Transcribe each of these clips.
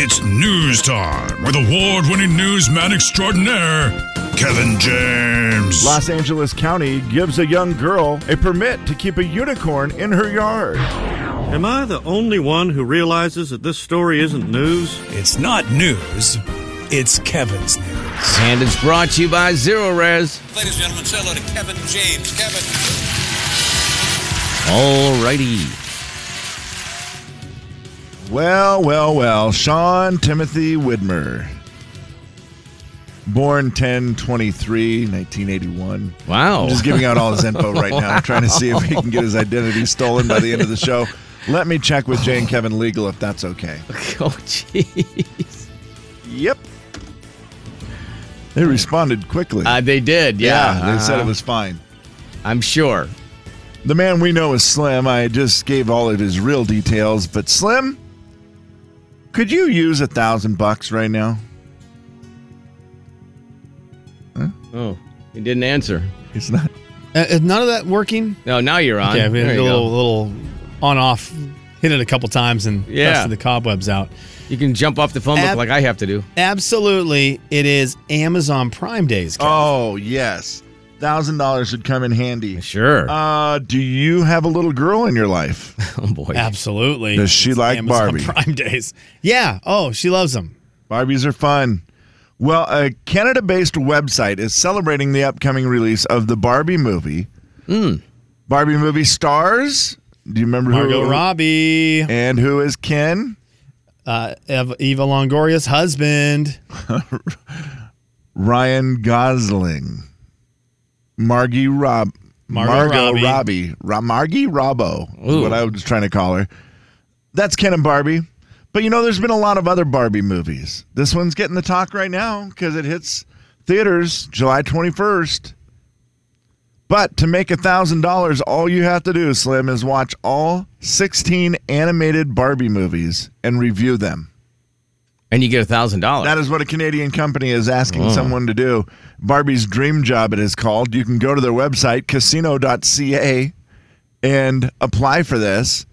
It's news time with award winning newsman extraordinaire, Kevin James. Los Angeles County gives a young girl a permit to keep a unicorn in her yard. Am I the only one who realizes that this story isn't news? It's not news, it's Kevin's news. And it's brought to you by Zero Res. Ladies and gentlemen, say hello to Kevin James. Kevin. Alrighty. Well, well, well, Sean Timothy Widmer. Born 1023, 1981. Wow. I'm just giving out all his info right now. I'm trying to see if he can get his identity stolen by the end of the show. Let me check with Jay and Kevin Legal if that's okay. Oh, jeez. Yep. They responded quickly. Uh, they did, yeah. they said it Uh-huh. was fine. I'm sure. The man we know is Slim. I just gave all of his real details, but Slim, could you use a thousand bucks right now? Oh, he didn't answer. He's not. Uh, is none of that working? No, now you're on. Okay, I've There been a you, little, go. little on off, hit it a couple times and Yeah. dusted the cobwebs out. you can jump off the phone book Ab- like I have to do. Absolutely, it is Amazon Prime Days. Kev. Oh yes, thousand dollars would come in handy. Sure. Uh, do you have a little girl in your life? oh, boy. Absolutely. Does she It's like Amazon Barbie? Prime Days. Yeah. Oh, she loves them. Barbies are fun. Well, a Canada based website is celebrating the upcoming release of the Barbie movie. Hmm. Barbie movie stars. Do you remember Margot who? Robbie, And who is Ken? uh, Ev- Eva Longoria's husband. Ryan Gosling, Margie Rob, Margot Robbie. Robbie, Ra- Margie Robbo, is Ooh. what I was trying to call her. That's Ken and Barbie. But you know, there's been a lot of other Barbie movies. This one's getting the talk right now because it hits theaters July 21st. But to make $1,000, all you have to do, Slim, is watch all 16 animated Barbie movies and review them. And you get a thousand dollars. That is what a Canadian company is asking someone to do. Barbie's Dream Job, it is called. You can go to their website, casino.ca, and apply for this.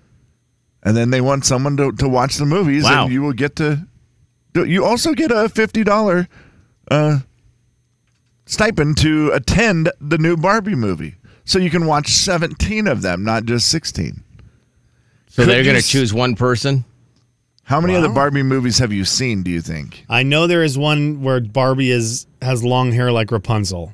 And then they want someone to, to watch the movies, Wow. and you will get to. do- You also get a $50 uh, stipend to attend the new Barbie movie. So you can watch 17 of them, not just 16. So Could they're you going to s- choose one person. How many other Barbie movies have you seen, do you think? I know there is one where Barbie is has long hair like Rapunzel,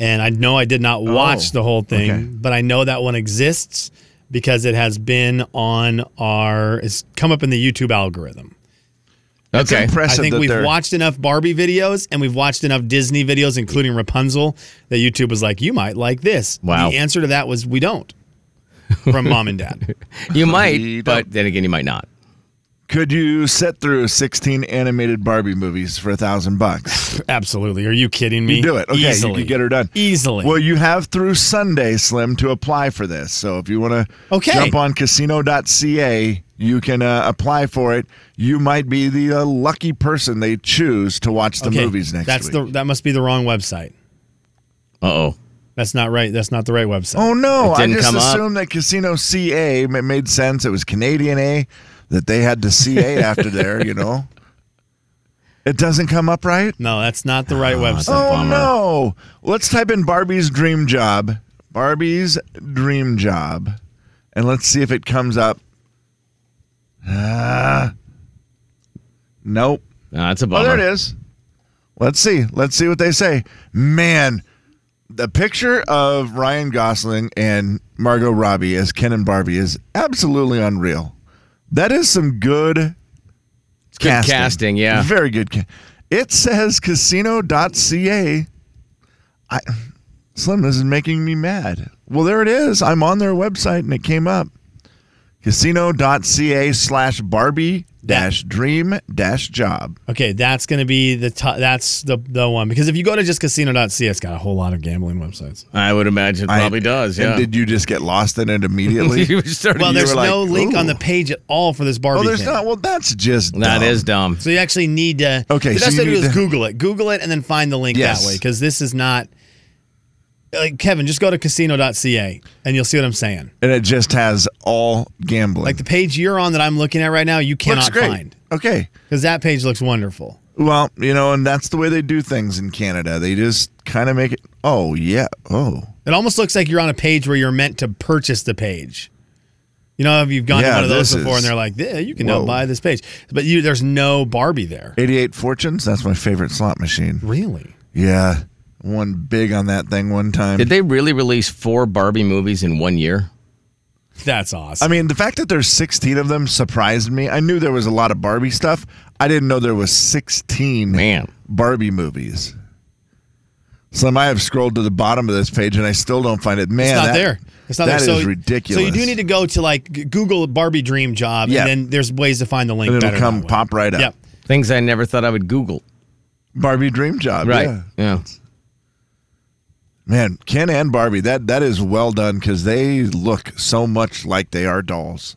and I know I did not watch the whole thing, Oh, okay. but I know that one exists because it has been on our it's come up in the YouTube algorithm. Okay. Impressive I think that we've they're- watched enough Barbie videos and we've watched enough Disney videos, including Rapunzel, that YouTube was like, "You might like this." Wow. The answer to that was, "We don't." From mom and dad. You You might, don't- but then again, you might not. Could you sit through 16 animated Barbie movies for a thousand bucks? Absolutely. Are you kidding me? You do it. Okay, Easily. you could get her done Easily. Well, you have through Sunday, Slim, to apply for this. So if you want to Okay. jump on casino.ca, you can uh, apply for it. You might be the uh, lucky person they choose to watch the Okay, movies next That's week. the that must be the wrong website. Uh oh. That's not right. That's not the right website. oh no! It I didn't just come up. assumed that casino CA ma- made sense. It was Canadian A that they had to CA after there. You know, it doesn't come up right. No, that's not the right website. Oh no! Let's type in Barbie's dream job. Barbie's dream job, and let's see if it comes up. Ah. nope. No, that's a Oh, bummer. there it is. Let's see. Let's see what they say. Man, the picture of Ryan Gosling and Margot Robbie as Ken and Barbie is absolutely unreal. That is some good It's good casting. yeah. very good. Ca- it says casino.ca. I, Slim, this is making me mad. Well, there it is. I'm on their website and it came up. Casino.ca slash Barbie dash dream dash job. Okay, that's going to be the t- that's the the one because if you go to just casino.ca, it's got a whole lot of gambling websites. I would imagine it probably I- does. Yeah. And did you just get lost in it immediately? You started- Well, you there's were like, no link on the ooh. page at all for this Barbie. oh, there's thing. not. Well, that's just That dumb. is dumb. So you actually need to. Okay, the so best you thing to do need is to- Google it, Google it, and then find the link Yes. that way because this is not. like Kevin, just go to casino.ca and you'll see what I'm saying. and it just has all gambling. Like the page you're on that I'm looking at right now, you Looks cannot great. find Okay. because that page looks wonderful. Well, you know, and that's the way they do things in Canada. They just kind of make it. Oh yeah. Oh. It almost looks like you're on a page where you're meant to purchase the page. You know, if you've gone Yeah, to one of those this before is- and they're like, yeah, you can now Whoa. buy this page. But you there's no Barbie there. 88 Fortunes. That's my favorite slot machine. Really? Yeah. One big on that thing one time. Did they really release four Barbie movies in one year? That's awesome. I mean, the fact that there's 16 of them surprised me. I knew there was a lot of Barbie stuff. I didn't know there was 16 Man. Barbie movies. So I might have scrolled to the bottom of this page and I still don't find it. Man, it's not that- there. It's not that there. So, is ridiculous. So you do need to go to like G- Google Barbie dream job Yeah. and then there's ways to find the link And it'll better come that way. pop right up. Yep. Things I never thought I would Google. Barbie Dream Job. Right. yeah. yeah. Man, Ken and Barbie, that that is well done because they look so much like they are dolls.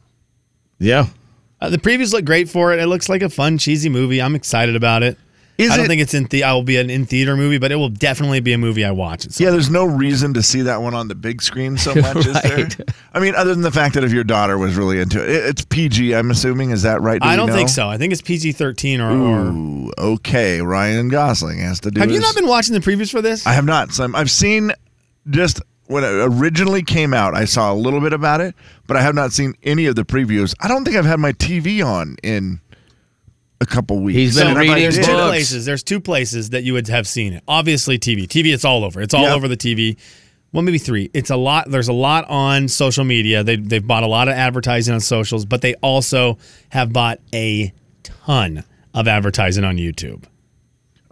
Yeah. Uh, the previews look great for it. It looks like a fun, cheesy movie. I'm excited about it. Is I don't it- think it's in the. I will be an in theater movie, but it will definitely be a movie I watch. It's Yeah, there's no reason to see that one on the big screen so much, is there? Right. I mean, other than the fact that if your daughter was really into it, it it's PG. I'm assuming is that right? Do I we don't know? think so. I think it's PG-13 or. or Ooh, okay, Ryan Gosling has to do. have you his- not been watching the previews for this? I have not. So I'm, I've seen just when it originally came out. I saw a little bit about it, but I have not seen any of the previews. I don't think I've had my TV on in a couple weeks. He's been And I reading did. there's two books. places. There's two places that you would have seen it. Obviously, TV. TV. It's all over. It's all Yep. over the TV. Well, maybe three. It's a lot. There's a lot on social media. They they've bought a lot of advertising on socials, but they also have bought a ton of advertising on YouTube.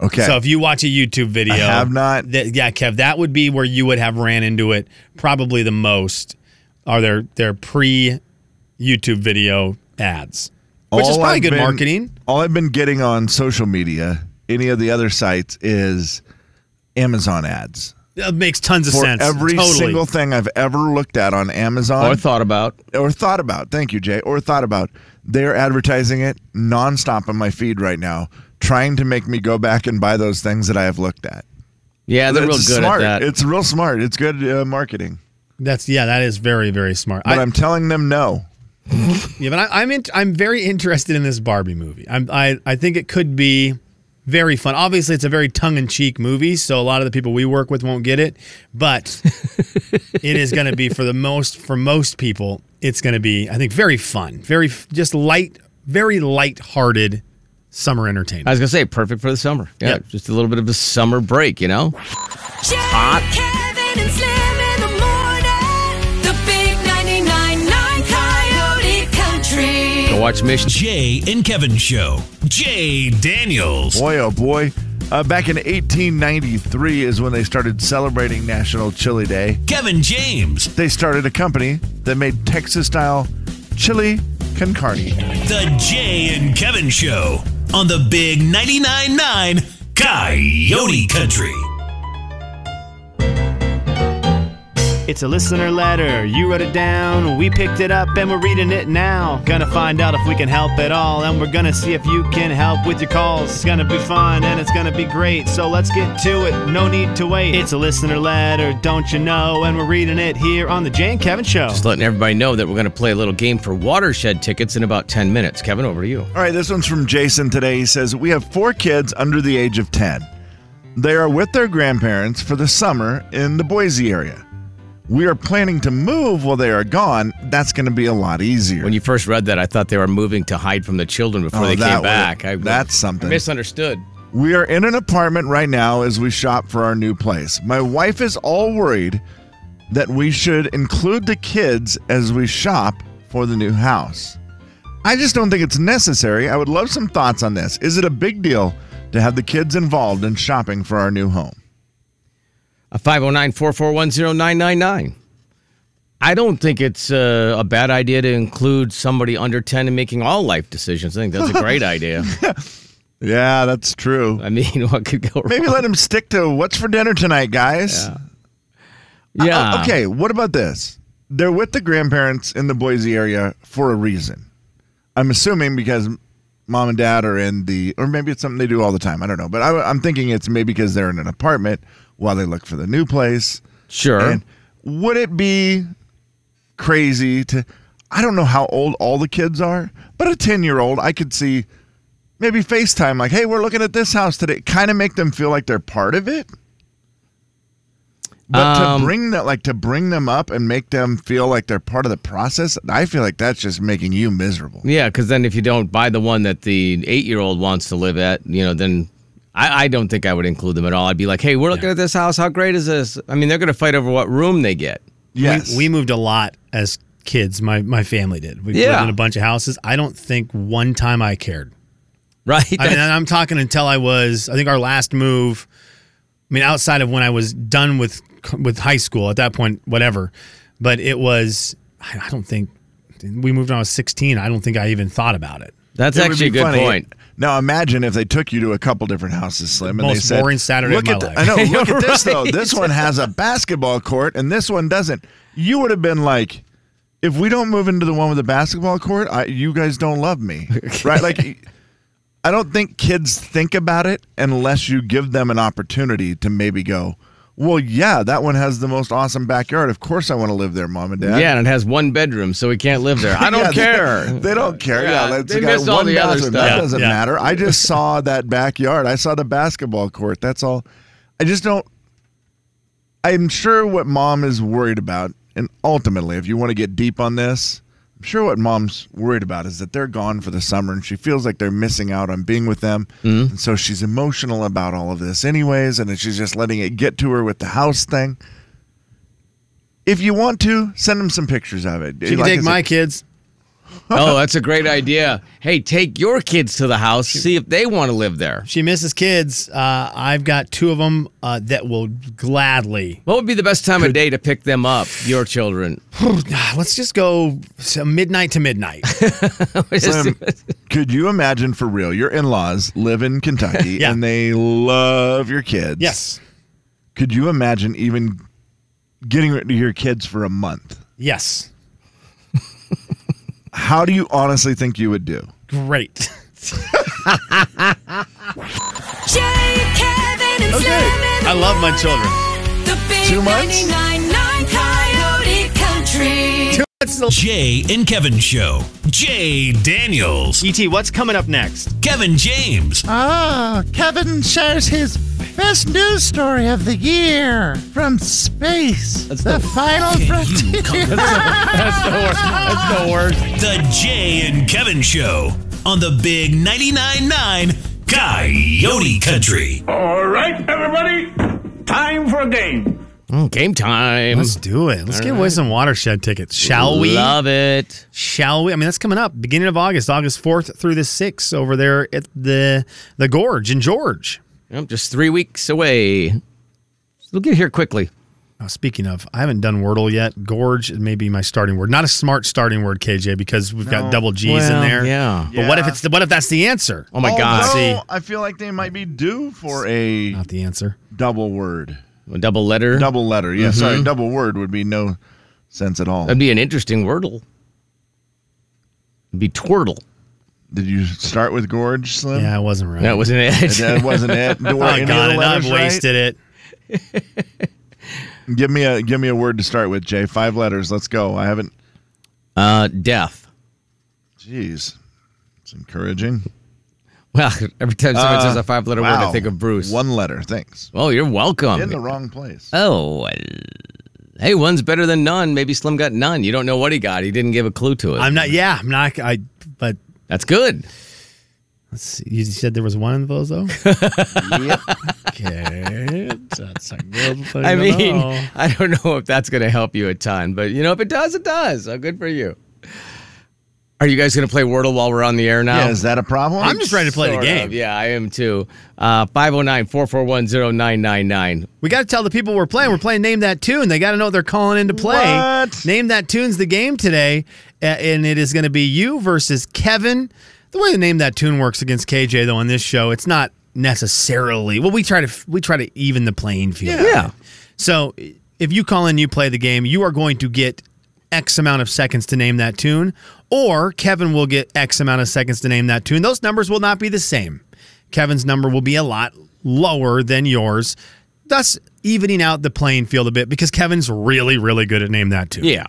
Okay. So if you watch a YouTube video, I have not. that- yeah, Kev, that would be where you would have ran into it probably the most. Are their their pre YouTube video ads, which All is probably I've good been- marketing. All I've been getting on social media, any of the other sites, is Amazon ads. It makes tons of For sense. every totally. single thing I've ever looked at on Amazon Or thought about. or thought about, thank you, Jay, or thought about, they're advertising it nonstop on my feed right now, trying to make me go back and buy those things that I have looked at. Yeah, they're real It's good smart. at that. It's real smart. It's good uh, marketing. That's yeah, that is very very smart. But I, I'm telling them no. yeah, but I, I'm in, I'm very interested in this Barbie movie. I'm, I I think it could be very fun. Obviously, it's a very tongue in cheek movie, so a lot of the people we work with won't get it. But it is going to be for the most for most people. It's going to be I think very fun, very f- just light, very light hearted summer entertainment. I was gonna say perfect for the summer. Yeah, Yeah. just a little bit of a summer break, you know. Jay, Kevin, and Slim in the morning. The big 99.9 Coyote Country. Go watch Mission. Jay and Kevin Show. Jay Daniels. Boy, oh boy. Uh, back in 1893 is when they started celebrating National Chili Day. Kevin James. they started a company that made Texas style chili con carne. The Jay and Kevin Show on the Big 99.9 9 Coyote Country. It's a listener letter. You wrote it down. We picked it up and we're reading it now. Gonna find out if we can help at all. And we're gonna see if you can help with your calls. It's gonna be fun and it's gonna be great. So let's get to it. No need to wait. It's a listener letter, don't you know? And we're reading it here on The Jay and Kevin Show. Just letting everybody know that we're going to play a little game for watershed tickets in about 10 minutes. Kevin, over to you. All right, this one's from Jason today. He says, We have four kids under the age of 10. They are with their grandparents for the summer in the Boise area. We are planning to move while they are gone. That's going to be a lot easier. When you first read that, I thought they were moving to hide from the children before Oh, they that came would- back. I, that's I something. misunderstood. We are in an apartment right now as we shop for our new place. My wife is all worried that we should include the kids as we shop for the new house. I just don't think it's necessary. I would love some thoughts on this. Is it a big deal to have the kids involved in shopping for our new home? 509 441 999 I don't think it's uh, a bad idea to include somebody under 10 in making all life decisions. I think that's a great idea. Yeah, that's true. I mean, what could go wrong? Maybe let them stick to what's for dinner tonight, guys. yeah. Uh, okay, what about this? They're with the grandparents in the Boise area for a reason. I'm assuming because mom and dad are in the, or maybe it's something they do all the time. I don't know. But I, am thinking it's maybe because they're in an apartment while they look for the new place. Sure. And would it be crazy to? I don't know how old all the kids are, but a ten-year-old, I could see maybe FaceTime, like, "Hey, we're looking at this house today." Kind of make them feel like they're part of it. But Um, to bring that, like, to bring them up and make them feel like they're part of the process, I feel like that's just making you miserable. Yeah, because then if you don't buy the one that the eight year old wants to live at, you know, then I, I don't think I would include them at all. I'd be like, hey, we're looking at this house. How great is this? I mean, they're going to fight over what room they get. Yes, We, we moved a lot as kids. My my family did. We Yeah. lived in a bunch of houses. I don't think one time I cared. Right? I mean, and I'm talking until I was. I think our last move. I mean, outside of when I was done with with high school at that point, whatever. But it was. I I don't think we moved when I was 16. I don't think I even thought about it. That's It would actually a be good funny. point. Now imagine if they took you to a couple different houses, Slim, and they Most said, boring Saturday of look my at life." I know. Look You're at this though. right. This one has a basketball court, and this one doesn't. You would have been like, if we don't move into the one with the basketball court, I, you guys don't love me, right? Like, I don't think kids think about it unless you give them an opportunity to maybe go. Well, yeah, that one has the most awesome backyard. Of course, I want to live there, mom and dad. Yeah, and it has one bedroom, so we can't live there. I don't Yeah, care. they- They, don't care. Yeah, Yeah, that's they got missed all one the other bathroom. stuff. That Yeah, doesn't yeah. matter. I just saw that backyard. I saw the basketball court. That's all. I just don't. I'm sure what mom is worried about, and ultimately, if you want to get deep on this, I'm sure what mom's worried about is that they're gone for the summer, and she feels like they're missing out on being with them, Mm-hmm. and so she's emotional about all of this, anyways, and then she's just letting it get to her with the house thing. If you want to, send them some pictures of it. You can Like I take said- my kids. oh, that's a great idea. Hey, take your kids to the house, see if they want to live there. She misses kids. Uh, I've got two of them uh, that will gladly. What would be the best time of day to pick them up, your children? Let's just go so midnight to midnight. Slim, could you imagine for real? Your in laws live in Kentucky Yeah. and they love your kids. yes. Could you imagine even getting rid of your kids for a month? Yes. How do you honestly think you would do? Great. Jay, Kevin, and Slim in the I love my children. morning. The big Two months? 99.9 Coyote Country. Jay and Kevin Show. Jay Daniels. E ET, what's coming up next? Kevin James. Ah, Kevin shares his best news story of the year from space. the final Can you come- That's the worst. the Jay and Kevin Show on the Big 99.9 9 Coyote Country. All right, everybody, time for a game. Oh, Game time. Let's do it. Let's give away some watershed tickets, shall we? Love it. Shall we? I mean, that's coming up beginning of August, August 4th through the 6th over there at the the Gorge in George. Yep, just three weeks away. We'll get here quickly. Now, speaking of, I haven't done Wordle yet. Gorge may be my starting word. Not a smart starting word, KJ, because we've got double G's Well, in there. yeah. But what if Yeah. it's the, what if that's the answer? Oh my God! Although, See. I feel like they might be due for a Not the answer. double word. A double letter. Double letter. Yeah, sorry. Double word would be no sense at all. That'd be an interesting wordle. It'd be twirtle. Did you start with Gorge, Slim? Yeah, I wasn't right. That was an edge. That wasn't it. There weren't I any got other it. I've letters, right? wasted it. Give me a give me a word to start with, Jay. Five letters. Let's go. I haven't. Uh, death. Jeez, it's encouraging. Well, every time someone Uh, says a five-letter word, I think of Bruce. One letter. Thanks. Oh, you're welcome. In the wrong place. oh, well. hey, one's better than none. Maybe Slim got none. You don't know what he got. He didn't give a clue to it. I'm not. Yeah, I'm not. I. But That's good. let's see, you said there was one of those though. Yep. okay, that's a good thing I to mean, know. I don't know if that's going to help you a ton, but you know, if it does, it does. So good for you. Are you guys going to play Wordle while we're on the air now? Yeah, is that a problem? I'm just ready to play the Sort game. of. Yeah, I am too. Uh, 509 441 0999. We got to tell the people we're playing. We're playing Name That Tune. They got to know what they're calling in to play. What? Name That Tune's the game today, a- and it is going to be you versus Kevin. The way the Name That Tune works against KJ, though, on this show, it's not necessarily. Well, we try to we try to even the playing field. Yeah. So if you call in, you play the game, you are going to get X amount of seconds to name that tune, or Kevin will get X amount of seconds to name that tune. Those numbers will not be the same. Kevin's number will be a lot lower than yours. thus evening out the playing field a bit because Kevin's really, really good at name that too. Yeah.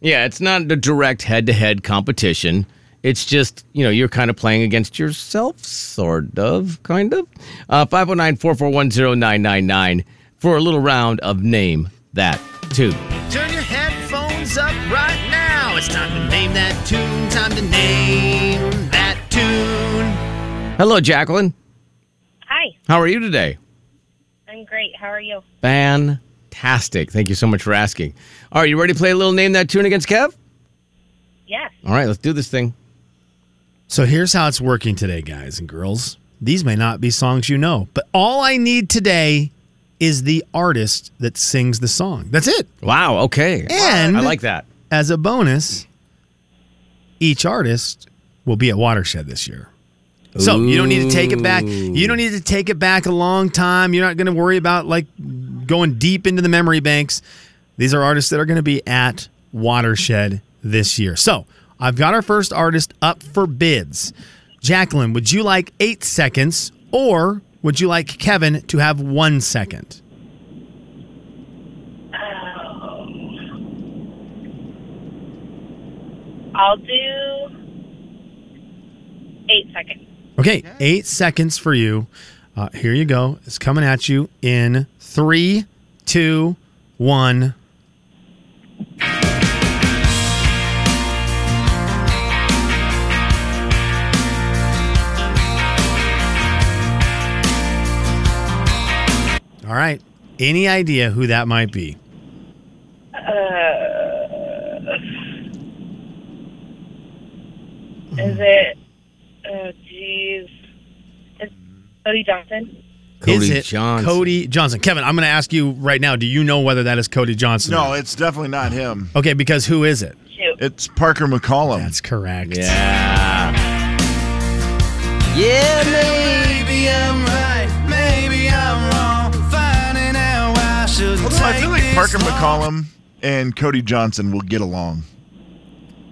Yeah, it's not a direct head to head competition. It's just, you know, you're kind of playing against yourself, sort of, kind of. Uh, 509 441 999 for a little round of Name That Tune. Turn your headphones up right now. It's time to name that tune. Time to name that tune. Hello, Jacqueline. Hi, How are you today? I'm great. How are you? Fantastic. Thank you so much for asking. All right, you ready to play a little Name That Tune against Kev? Yes. All right, let's do this thing. So here's how it's working today, guys and girls. These may not be songs you know, but all I need today is the artist that sings the song. That's it. Wow. Okay. And I like that. As a bonus, each artist will be at Watershed this year. So you don't need to take it back. You don't need to take it back a long time. You're not going to worry about like going deep into the memory banks. These are artists that are going to be at Watershed this year. So I've got our first artist up for bids. Jacqueline, would you like eight seconds or would you like Kevin to have one second? I'll do eight seconds. Okay, eight seconds for you. Uh, here you go. It's coming at you in three, two, one. All right. Any idea who that might be? Uh, is it? Oh, jeez. Is Cody Johnson? is Cody it Johnson. Cody Johnson? Kevin, I'm going to ask you right now. Do you know whether that is Cody Johnson? No, it's definitely not him. Okay, because who is it? It's Parker McCollum. That's correct. Yeah. Yeah, maybe I'm right. Maybe I'm wrong. Finding out why I should Although I feel like this Parker long. McCollum and Cody Johnson will get along.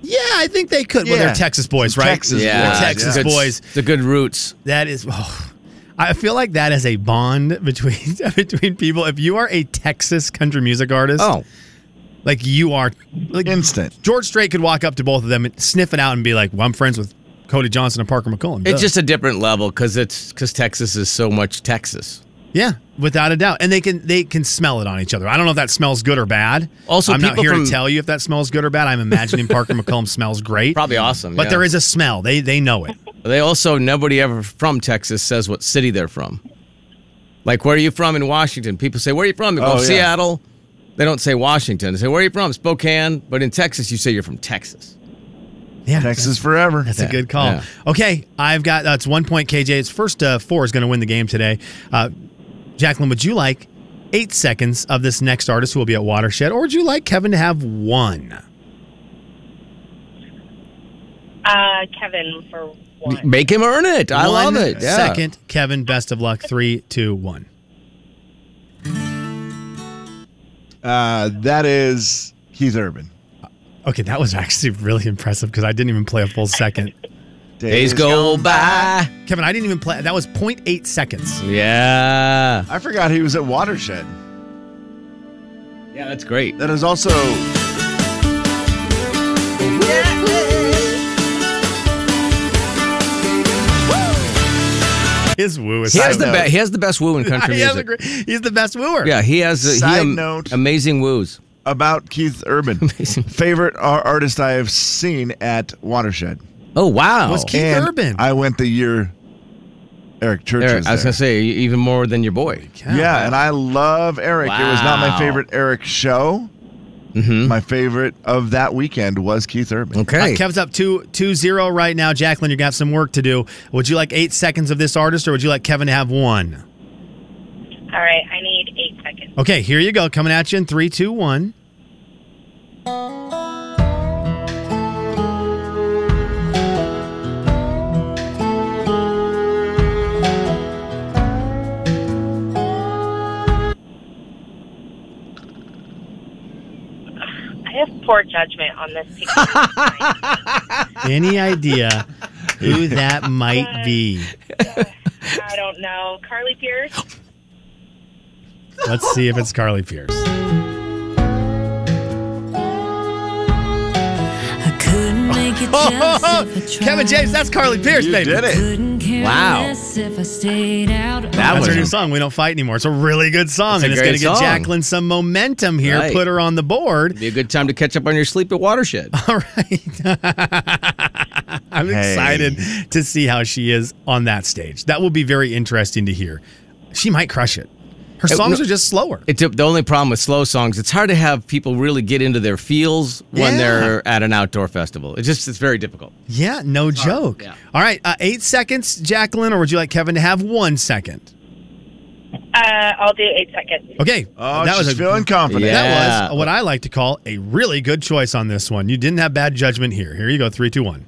Yeah, I think they could. Well, Yeah. they're Texas boys, Some right? Texas They're boys, Texas yeah. boys. The good roots. That is. oh, I feel like that is a bond between between people. If you are a Texas country music artist, Oh. like you are, like Instant. George Strait could walk up to both of them and sniff it out and be like, "Well, I'm friends with Cody Johnson and Parker McCollum." It's Duh. just a different level because it's because Texas is so much Texas. yeah, without a doubt, and they can they can smell it on each other. I don't know if that smells good or bad. Also, I'm not people here from- to tell you if that smells good or bad. I'm imagining Parker McCollum smells great, Probably awesome. but yeah. there is a smell. They they know it. They also nobody ever from Texas says what city they're from. Like where are you from in Washington? People say where are you from? They go Oh, yeah. Seattle. They don't say Washington. They say where are you from? Spokane. But in Texas, you say you're from Texas. Yeah, Texas forever. That's a good call. yeah. Okay, I've got that's one point. KJ, it's first uh, four is going to win the game today. Uh, Jacqueline, would you like eight seconds of this next artist who will be at Watershed, or would you like Kevin to have one? Uh, Kevin for one. Make him earn it. I One love it. Yeah. Second, Kevin. Best of luck. Three, two, one. Uh, that is Keith Urban. Okay, that was actually really impressive because I didn't even play a full second. Days go by. Kevin, I didn't even play. That was 0.8 seconds. Yeah. I forgot he was at Watershed. Yeah, that's great. That is also His woo is He has so- the note. be- he has the best woo in country He has a music. great- he's the best wooer. yeah, he has a, he Side am- note. amazing woos. about Keith Urban. Amazing. Favorite ar- artist I have seen at Watershed. Oh wow. Was Keith And Urban. I went the year Eric Church Eric, was I was there. gonna say e-, even more than your boy. Yeah, and I love Eric. It was not my Wow. favorite Eric show. Mm-hmm. My favorite of that weekend was Keith Urban. Okay. Uh, Kev's up 2 2 0 right now. Jacqueline, you got some work to do. Would you like eight seconds of this artist or would you like Kevin to have one? All right, I need eight seconds. Okay, here you go. Coming at you in three, two, one. I have poor judgment on this. piece. Any idea who that might be? I don't know. Carly Pierce? Let's see if it's Carly Pierce. Couldn't make it just if I Kevin James, that's Carly Pierce, baby. tried. Careless If I stayed out That's all her new night. song. We don't fight anymore. It's a really good song, It's a and it's great going to get song. Jacqueline some momentum here. Right. Put her on the board. Be a good time to catch up on your sleep at Watershed. All right. I'm Hey. excited to see how she is on that stage. That will be very interesting to hear. She might crush it. Her It- songs no- are just slower. It's the only problem with slow songs. It's hard to have people really get into their feels when Yeah. they're at an outdoor festival. It's just it's very difficult. Yeah, no joke. All right, uh, eight seconds, Jacqueline, or would you like Kevin to have one second? Uh, I'll do eight seconds. Okay. Oh, she's feeling confident. That Yeah. was what I like to call a really good choice on this one. You didn't have bad judgment here. Here you go. Three, two, one.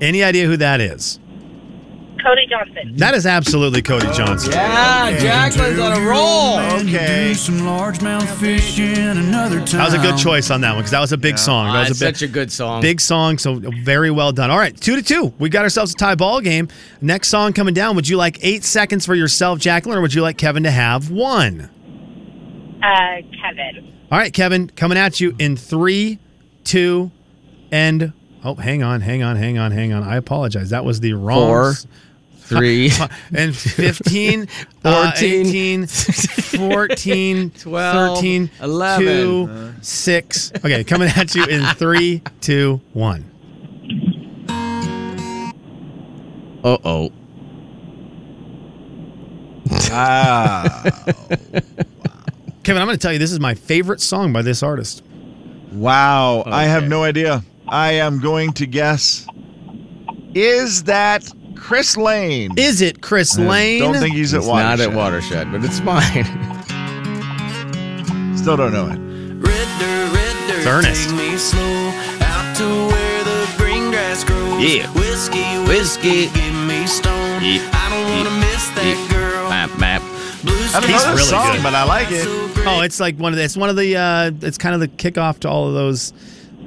Any idea who that is? Cody Johnson. That is absolutely Cody Johnson. Yeah, Jacqueline's on a roll. Okay. Some largemouth fish in another time. That was a good choice on that one because that was a big song. That Ah, was it's a big, such a good song. Big song, so very well done. All right, two to two. We got ourselves a tie ball game. Next song coming down. Would you like eight seconds for yourself, Jacqueline, or would you like Kevin to have one? Uh, Kevin. All right, Kevin, coming at you in three, two, and oh, hang on, hang on, hang on, hang on. I apologize. That was the wrong Four, s- three, and 15, uh, 14, 18, 14, 12, 13, 11. two, 6. Okay, coming at you in three, two, one. Uh oh. Wow. Kevin, I'm going to tell you this is my favorite song by this artist. Wow. I have no idea. I am going to guess. Is that Chris Lane? Is it Chris I Lane? Don't think he's at It's not Watershed. at Watershed, but it's mine. Still don't know it. It's Ernest. Yeah. Whiskey, whiskey, give me stone. I don't want to miss that girl. Map, map. Blues I don't know taste this really song, good. but I like it. Oh, it's like one of the, it's one of the uh, it's kind of the kickoff to all of those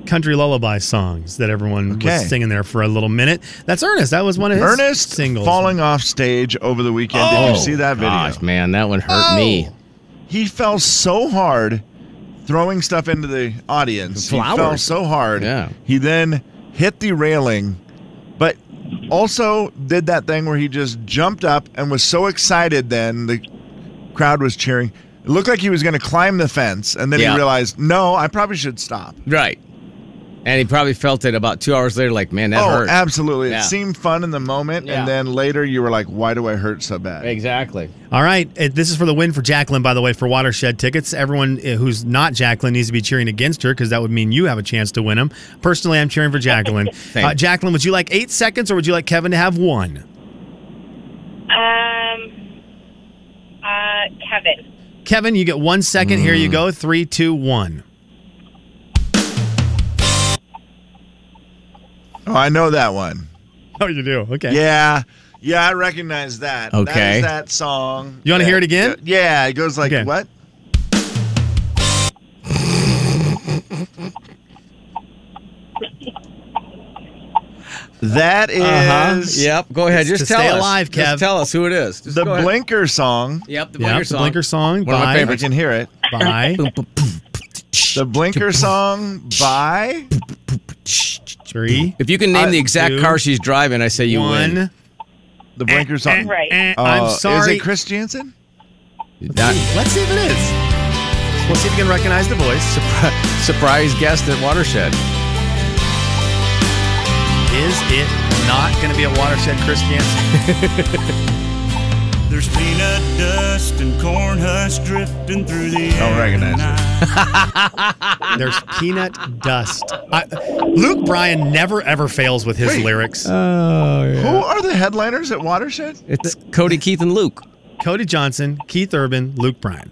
country lullaby songs that everyone Okay. was singing there for a little minute. That's Ernest. That was one of his Ernest singles. falling off stage over the weekend. Did Oh, you see that video? Gosh, man, that one hurt me. Oh. He fell so hard throwing stuff into the audience. He fell Flowers. so hard. Yeah. He then hit the railing, but also did that thing where he just jumped up and was so excited then the crowd was cheering. It looked like he was going to climb the fence and then Yeah. he realized, "No, I probably should stop." Right. And he probably felt it about two hours later, like, man, that oh, hurt. absolutely. Yeah. It seemed fun in the moment Yeah. and then later you were like, "Why do I hurt so bad?" Exactly. All right, Uh, this is for the win for Jacqueline, by the way, for Watershed tickets. Everyone uh, who's not Jacqueline needs to be cheering against her because that would mean you have a chance to win them. Personally, I'm cheering for Jacqueline. Same. uh, Jacqueline, would you like eight seconds or would you like Kevin to have one? Um, uh, Kevin. Kevin, you get one second. Here you go. Three, two, one. Oh, I know that one. Oh, you do? Okay. Yeah. Yeah, I recognize that. That is Okay. that song. You wanna that- hear it again? Yeah, it goes like Okay. what? That Uh-huh. Uh huh. is Yep. Go ahead. It's Just to tell stay us. alive, Kev. Just tell us who it is. Just the go ahead. Blinker song. Yep. The Yeah, blinker the song. Blinker song. One of my by- I favorites. can hear it. Bye. The Blinker song by Three. If you can name Uh, the exact two, car she's driving, I say you one. win. the Blinker song. Right. Oh, I'm Is sorry. it Chris Jansen? Not- Let's see if it is. We'll see if you can recognize the voice. surpri- surprise guest at Watershed. Is it not going to be a watershed, Chris Jansen? There's peanut dust and corn husk drifting through the Don't air recognize it. tonight. There's peanut dust. I, Luke Bryan never ever fails with his Wait. lyrics. Oh, Who are the headliners at Watershed? It's Cody, Keith, and Luke. Cody Johnson, Keith Urban, Luke Bryan.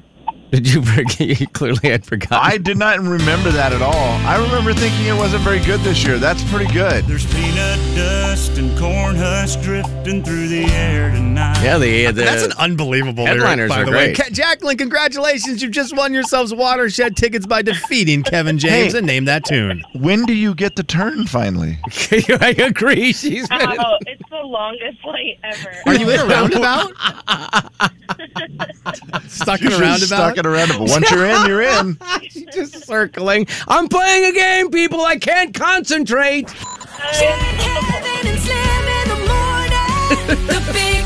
Did you forget? You clearly had forgotten. I did not remember that at all. I remember thinking it wasn't very good this year. That's pretty good. There's peanut dust and corn husk drifting through the air tonight. Yeah, the, the That's an unbelievable lyric, headliners by are the way. great. Ca- Jacqueline, congratulations. You've just won yourselves watershed tickets by defeating Kevin James Hey. and name that tune. When do you get the turn finally? I agree. She's been- Oh, it's the longest flight ever. Are you in a roundabout? Stuck in You're a just roundabout? Stuck in a roundabout. Once you're in, you're in. she's just circling. I'm playing a game, people. I can't concentrate. Jay, Kevin, and Slim in the morning. the big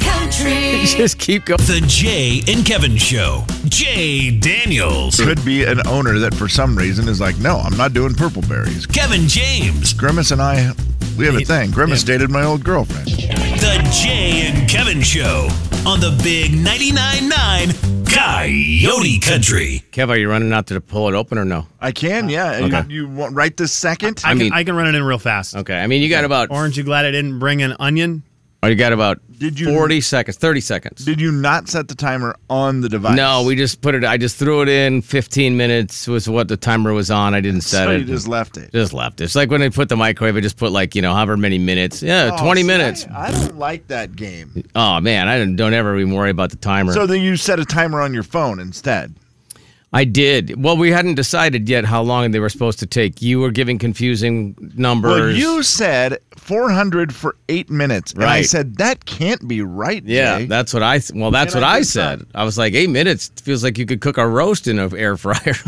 Coyote Country. Just keep going. The Jay and Kevin Show. Jay Daniels. Could be an owner that for some reason is like, no, I'm not doing purple berries. Kevin James. Grimace and I, we have a thing. Grimace dated my old girlfriend. The Jay and Kevin Show on the Big 99.9 Coyote Country. Kev, are you running out to the pull it open or no? I can, yeah. You- Okay. You, want right this second? I, I mean- can, I can run it in real Oh. fast. Okay. I mean, you got about. Orange, you glad I didn't bring an onion? Or you got about. Did you- forty seconds? Thirty seconds? Did you not set the timer on the device? No, we just put it. I just threw it in. Fifteen minutes was what the timer was on. I didn't set So it. you just left it. Just left. It's like when they put the microwave. I just put like you know however many minutes. Yeah, Oh, twenty see, minutes. I, I don't like that game. Oh man, I don't, don't ever even worry about the timer. So then you set a timer on your phone instead. I did. Well, we hadn't decided yet how long they were supposed to take. You were giving confusing numbers. Well, you said 400 for eight minutes. And I Right. said, that can't be right. Yeah, Jay." that's what I. Th- well, that's And what I I, did said. that. I was like, eight minutes feels like you could cook a roast in an air fryer.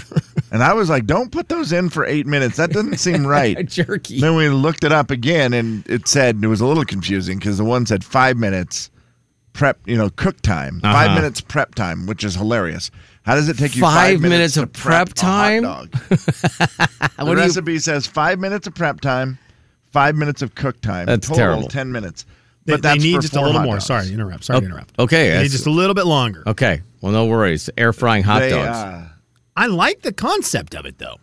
And I was like, don't put those in for eight minutes. That doesn't seem right. a jerky. Then we looked it up again, and it said it was a little confusing because the one said five minutes prep, you know, cook time, five Uh-huh. minutes prep time, which is hilarious. How does it take you Five five, minutes to of prep a hot time? dog? What the do you- recipe says five minutes of prep time, five minutes of cook time. That's total terrible. Ten minutes. They, But they that's need for just a four little hot more. dogs. Oh, Sorry to interrupt. Sorry to interrupt. They Okay, need that's- just a little bit longer. okay. Well, no worries. Air frying hot They, dogs. uh, I like the concept of it, though,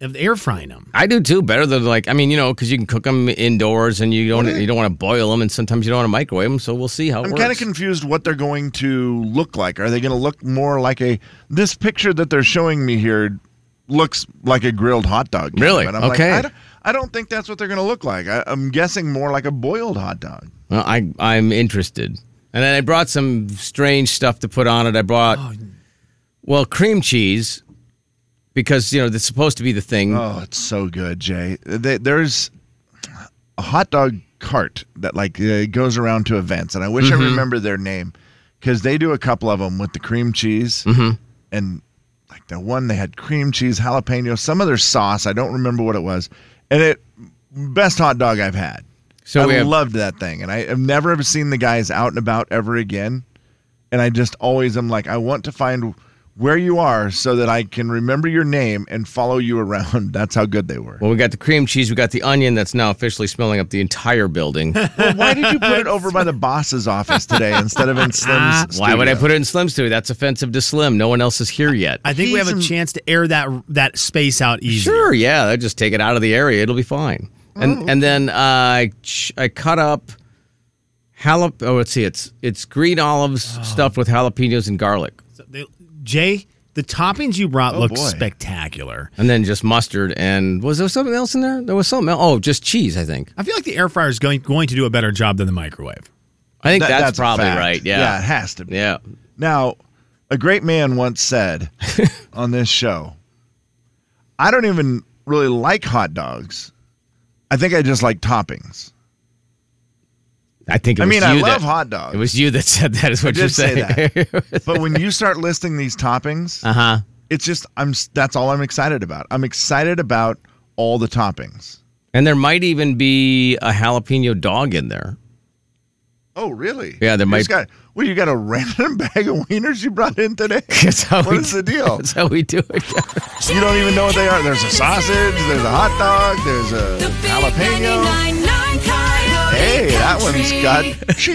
of air frying them. I do too. Better than like I mean, you know, because you can cook them indoors and you don't you don't want to boil them, and sometimes you don't want to microwave them. So we'll see how it I'm works. kind of confused what they're going to look like. Are they going to look more like a this picture that they're showing me here looks like a grilled hot dog? Kev, Really? And I'm Okay. Like, I, don't, I don't think that's what they're going to look like. I, I'm guessing more like a boiled hot dog. Well, I I'm interested. And then I brought some strange stuff to put on it. I brought Oh. well cream cheese because you know that's supposed to be the thing. Oh, it's so good, Jay. They, there's a hot dog cart that like uh, goes around to events, and I wish I remember their name because they do a couple of them with the cream cheese and like the one they had cream cheese, jalapeno, some other sauce. I don't remember what it was, and it best hot dog I've had. So we I have- loved that thing, and I have never ever seen the guys out and about ever again. And I just always am like, I want to find where you are so that I can remember your name and follow you around. That's how good they were. Well, we got the cream cheese, we got the onion that's now officially smelling up the entire building. Well, why did you put it over by the boss's office today instead of in Slim's? Ah, Why would I studio? put it in Slim's too? That's offensive to Slim. No one else is here yet. I think we have He's a in- chance to air that that space out easier. Sure, yeah, they'll just take it out of the area. It'll be fine. Oh, And and then uh, I ch- I cut up jalap. Oh, let's see. It's it's green olives Oh. stuffed with jalapenos and garlic, So they- Jay, the toppings you brought looked Oh, boy. spectacular. and then just mustard. And was there something else in there? There was something. Else. Oh, just cheese. I think. I feel like the air fryer is going going to do a better job than the microwave. I think That- that's, a probably fact. right. Yeah, it Yeah. has to be. Yeah. Now, a great man once said on this show, I don't even really like hot dogs. I think I just like toppings. I think. It I was mean, I you love that- hot dogs. It was you that said that. Is what did you're say saying. but when you start listing these toppings, uh huh. it's just I'm s- that's all I'm excited about. I'm excited about all the toppings. And there might even be a jalapeno dog in there. Oh, really? Yeah, there You might- just Got, well, you got a random bag of wieners you brought in today. That's how What we is do- the deal? That's how we do it. You don't even know what they are. There's a sausage. There's a hot dog. There's The a big jalapeno. 99.9 Coyote Hey, that Country. one's got